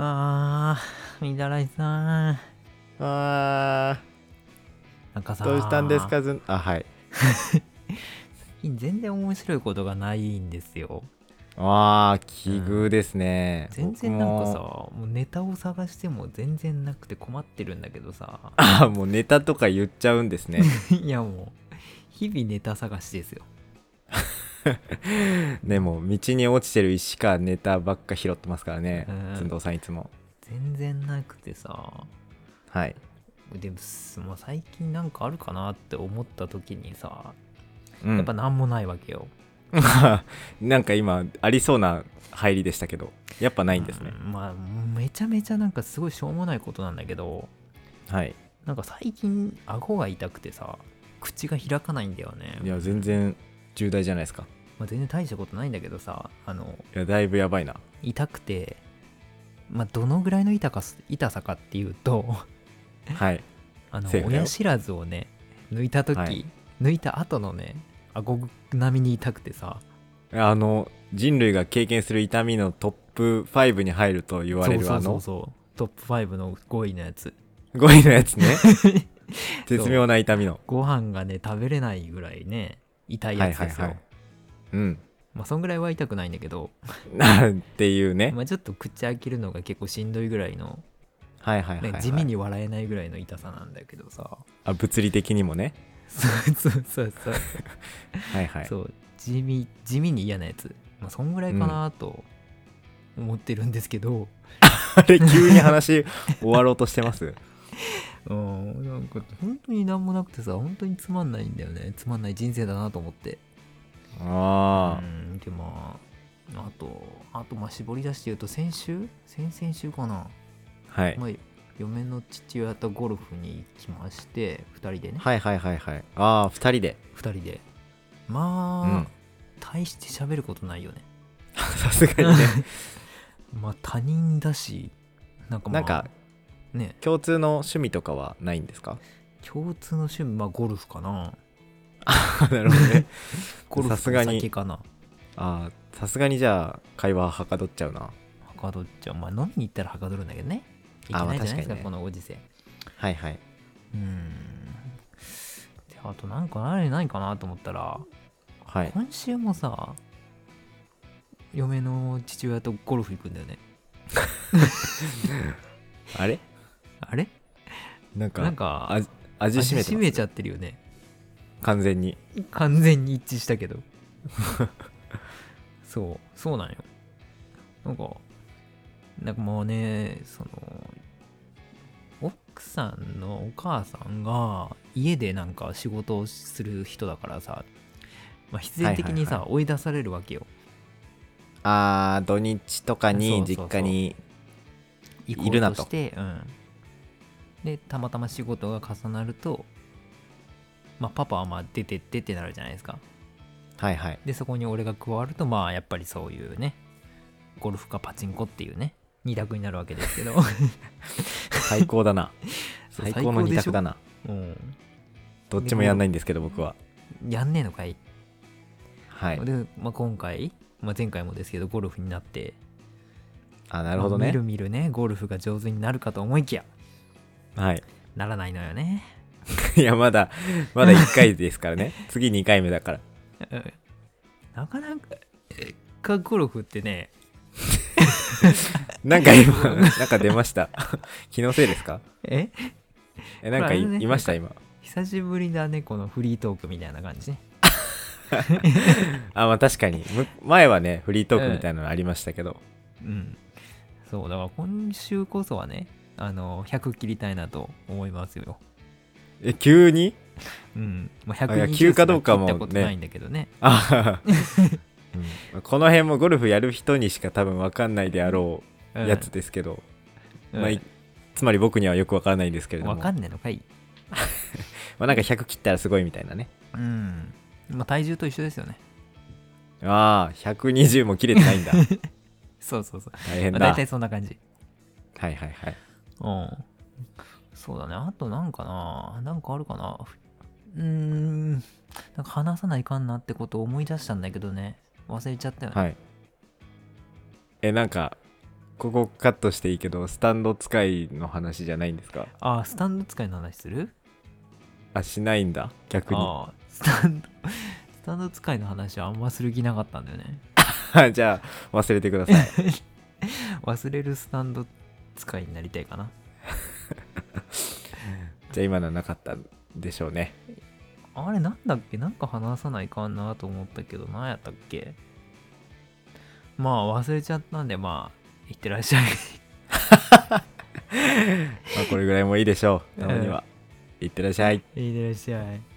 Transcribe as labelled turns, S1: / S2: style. S1: ああ、みだらいさん。
S2: あ
S1: なんかさ、
S2: ーどうしたんですかずんあはい
S1: 全然面白いことがないんですよ。
S2: あー奇遇ですね、
S1: 全然なんかさ、
S2: 僕も。
S1: もうネタを探しても全然なくて困ってるんだけどさ
S2: あーもうネタとか言っちゃうんです ね
S1: いやもう、日々ネタ探しですよ。
S2: でも道に落ちてる石からネタばっか拾ってますからね
S1: うん
S2: ずんどうさんいつも
S1: 全然なくてさ。
S2: はい
S1: でもすもう最近なんかあるかなって思った時にさ、
S2: うん
S1: やっぱ何もないわけよ。
S2: なん か今ありそうな入りでしたけどやっぱないんですね
S1: う、んまあ、めちゃめちゃなんかすごいしょうもないことなんだけど、
S2: はい
S1: なんか最近顎が痛くてさ口が開かないんだよね
S2: い、や全然重大じゃないですか
S1: まあ、全然大したことないんだけどさあの
S2: いやだいぶやばいな
S1: 痛くてまあどのぐらいの痛かす痛さかっていうと
S2: はい
S1: あの
S2: セーフだよ
S1: 親知らずをね抜いた時、
S2: はい
S1: 抜いた後のね顎並みに痛くてさ
S2: あの人類が経験する痛みのトップ5に入ると言われる
S1: そ
S2: あ
S1: うそう
S2: の
S1: そうトップ5の5位のやつ
S2: 5位のやつね 絶妙な痛みの
S1: ご飯がね食べれないぐらいね痛いやつですよ、
S2: うん
S1: まあそんぐらいは痛くないんだけど、
S2: なんていうね
S1: まあ、ちょっと口開けるのが結構しんどいぐらいの
S2: はいはいはい、
S1: ね
S2: はい、
S1: 地味に笑えないぐらいの痛さなんだけどさ
S2: あ物理的にもね
S1: そうそうそうそう,、
S2: はいはい
S1: そう地味地味に嫌なやつまあそんぐらいかなと思ってるんですけど、
S2: あれ急に話終わろ うとしてます
S1: うん、なんか本当に何もなくてさ本当につまんないんだよねつまんない人生だなと思って
S2: あ
S1: うんでまああとあとまあ絞り出して言うと先週先々週かな、
S2: あ、はい、
S1: まあ、嫁の父親とゴルフに行きまして2人でね
S2: はいはいはいはいああ2人で
S1: 2人でまあ、
S2: うん
S1: 大して喋ることないよね
S2: さすが にね
S1: まあ他人だしなんかまあ
S2: なんか
S1: ね
S2: 共通の趣味とかはないんです か
S1: 共通の趣味まあゴルフかな
S2: なるほどね
S1: ゴルフ
S2: さすがに
S1: お酒かな
S2: あーさすがにじゃあ会話ははかどっちゃうな
S1: はかどっちゃうまあ飲みに行ったらはかどるんだけどねいけ
S2: あま
S1: な
S2: あ
S1: いじゃないですか,、
S2: 確かにね
S1: このご時世
S2: はいはいう
S1: ーんであとなんかあれないかなと思ったら
S2: はい
S1: 今週もさ嫁の父親とゴルフ行くんだよね
S2: あれ
S1: あれ
S2: なんか
S1: なんか
S2: あ味し
S1: 味
S2: めてま
S1: し
S2: す
S1: めちゃってるよね
S2: 完全に
S1: 完全に一致したけど そうそうなんよなんかなんかもうねその奥さんのお母さんが家でなんか仕事をする人だからさ、まあ、必然的にさ、
S2: はい
S1: 追い出されるわけよ
S2: あー土日とかに
S1: そうそう
S2: 実
S1: そう
S2: 家に
S1: 行
S2: いる
S1: こ
S2: な
S1: うと
S2: と
S1: してうん、でたまたま仕事が重なると、まあ、パパはまあ出てってってなるじゃないですか
S2: はいはい
S1: でそこに俺が加わるとまあやっぱりそういうねゴルフかパチンコっていうね二択になるわけですけど、
S2: 最高だな
S1: そう
S2: 最高の
S1: 最高でしょ
S2: 二択だな
S1: うん、
S2: どっちもやんないんですけど僕は
S1: やんねえのかい、
S2: はい
S1: で、まあ、今回、まあ、前回もですけどゴルフになって
S2: あなるほど
S1: まあみ
S2: ね
S1: るみるねゴルフが上手になるかと思いきや
S2: はい
S1: ならないのよね
S2: いやまだまだ1回ですか らね次2回目だから
S1: うんなかなかゴルフってね
S2: なんか 今なんか出ました 気のせいですか
S1: え
S2: えなんかい,、
S1: まあね
S2: いました今
S1: 久しぶりだねこのフリートークみたいな感じね
S2: あまあ確かにむ前はねフリートークみたいなのありましたけど、
S1: うんそうだから今週こそはねあの100切りたいなと思いますよ
S2: え急に
S1: うん、まあ、
S2: いや
S1: 120
S2: 急かどうかも
S1: すら切ったことないんだけどね
S2: あ、うんこの辺もゴルフやる人にしか多分分かんないであろうやつですけど、
S1: うん
S2: まあ、いつまり僕にはよく分からないんですけれども
S1: わかんないのかい
S2: まあ、なんか100切ったらすごいみたいなね
S1: うんまあ体重と一緒ですよね
S2: ああ120も切れてないん だ
S1: そうそうそう、
S2: 大変
S1: ま
S2: だ、
S1: あ、大体そんな感じ
S2: はいはいはい
S1: うんそうだねあとなんかななんかあるかなうーんなんか話さないかんなってことを思い出したんだけどね忘れちゃったよね、
S2: はいえなんかここカットしていいけどスタンド使いの話じゃないんですか
S1: あースタンド使いの話する
S2: あしないんだ逆に
S1: あースタンド スタンド使いの話はあんまする気なかったんだよね
S2: じゃ あ忘れてください
S1: 忘れるスタンド使いになりたいかな
S2: じゃあ今のはなかったんでしょうね
S1: あれなんだっけなんか話さないかんなと思ったけど何やったっけまあ忘れちゃったんでまあいってらっし ゃい
S2: まあこれぐらいもいいでしょうたまには、いってらっしゃい
S1: いってらっしゃい